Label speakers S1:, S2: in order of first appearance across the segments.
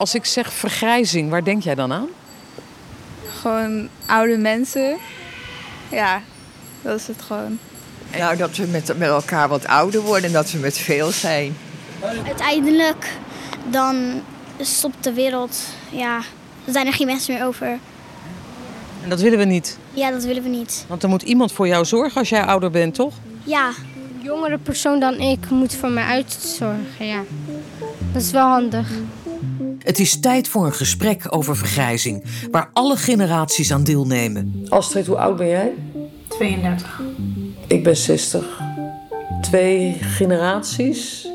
S1: Als ik zeg vergrijzing, waar denk jij dan aan?
S2: Gewoon oude mensen. Ja, dat is het gewoon.
S3: Nou, dat we met, met elkaar wat ouder worden en dat we met veel zijn.
S4: Uiteindelijk dan stopt de wereld. Ja, er zijn er geen mensen meer over.
S1: En dat willen we niet.
S4: Ja, dat willen we niet.
S1: Want er moet iemand voor jou zorgen als jij ouder bent, toch?
S4: Ja,
S5: Een jongere persoon dan ik moet voor mij uitzorgen, ja. Dat is wel handig.
S6: Het is tijd voor een gesprek over vergrijzing, waar alle generaties aan deelnemen.
S7: Astrid, hoe oud ben jij?
S8: 32.
S7: Ik ben 60. Twee generaties.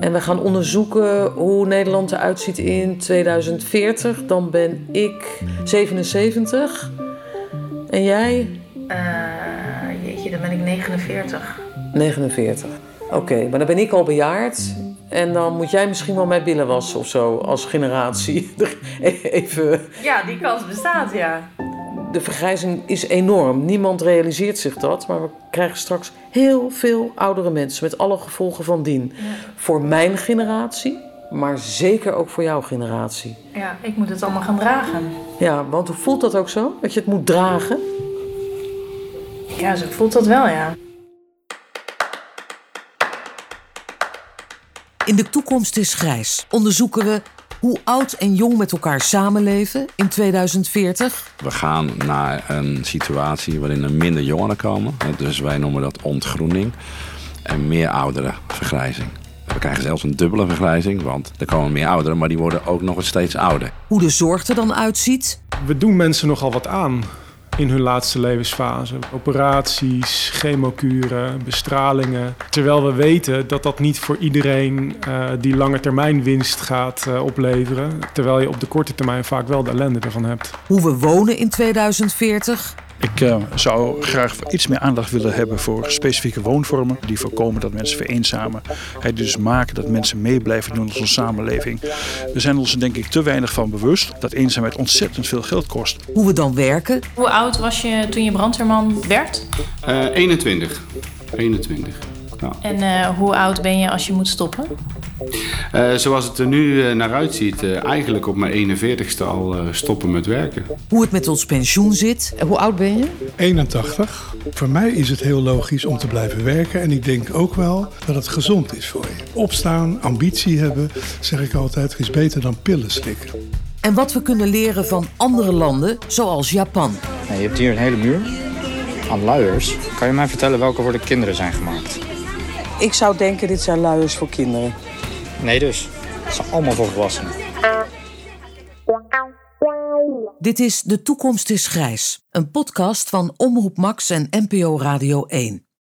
S7: En we gaan onderzoeken hoe Nederland eruit ziet in 2040. Dan ben ik 77. En jij?
S8: Eh, jeetje, dan ben ik 49.
S7: 49. Oké, maar dan ben ik al bejaard. En dan moet jij misschien wel mijn billen wassen of zo, als generatie. Even
S8: Ja, die kans bestaat, ja.
S7: De vergrijzing is enorm. Niemand realiseert zich dat. Maar we krijgen straks heel veel oudere mensen met alle gevolgen van dien. Voor mijn generatie, maar zeker ook voor jouw generatie.
S8: Ja, ik moet het allemaal gaan dragen.
S7: Ja, want hoe voelt dat ook zo? Dat je het moet dragen?
S8: Ja, zo voelt dat wel, ja.
S6: In de toekomst is grijs. Onderzoeken we hoe oud en jong met elkaar samenleven in 2040.
S9: We gaan naar een situatie waarin er minder jongeren komen. Dus wij noemen dat ontgroening. En meer ouderen vergrijzing. We krijgen zelfs een dubbele vergrijzing, want er komen meer ouderen, maar die worden ook nog steeds ouder.
S6: Hoe de zorg er dan uitziet.
S10: We doen mensen nogal wat aan in hun laatste levensfase. Operaties, chemokuren, bestralingen. Terwijl we weten dat dat niet voor iedereen eh, die lange termijn winst gaat eh, opleveren. Terwijl je op de korte termijn vaak wel de ellende ervan hebt.
S6: Hoe we wonen in 2040.
S11: Ik eh, zou graag iets meer aandacht willen hebben voor specifieke woonvormen die voorkomen dat mensen vereenzamen. Hè, die dus maken dat mensen mee blijven doen in onze samenleving. We zijn ons er denk ik te weinig van bewust dat eenzaamheid ontzettend veel geld kost.
S6: Hoe we dan werken.
S8: Hoe oud was je toen je brandweerman werd?
S9: Eh, 21. 21.
S8: En eh, hoe oud ben je als je moet stoppen?
S9: Eh, zoals het er nu naar uitziet, eh, eigenlijk op mijn 41ste al eh, stoppen met werken.
S6: Hoe het met ons pensioen zit.
S1: Hoe oud ben je?
S12: 81. Voor mij is het heel logisch om te blijven werken. En ik denk ook wel dat het gezond is voor je. Opstaan, ambitie hebben, Eh, zeg ik altijd, is beter dan pillen slikken.
S6: En wat we kunnen leren van andere landen, zoals Japan.
S13: Nou, je hebt hier een hele muur aan luiers. Kan je mij vertellen welke voor de kinderen zijn gemaakt?
S1: Ik zou denken, dit zijn luiers voor kinderen.
S13: Nee dus, ze zijn allemaal voor volwassenen.
S6: Dit is De Toekomst is Grijs, een podcast van Omroep Max en NPO Radio 1.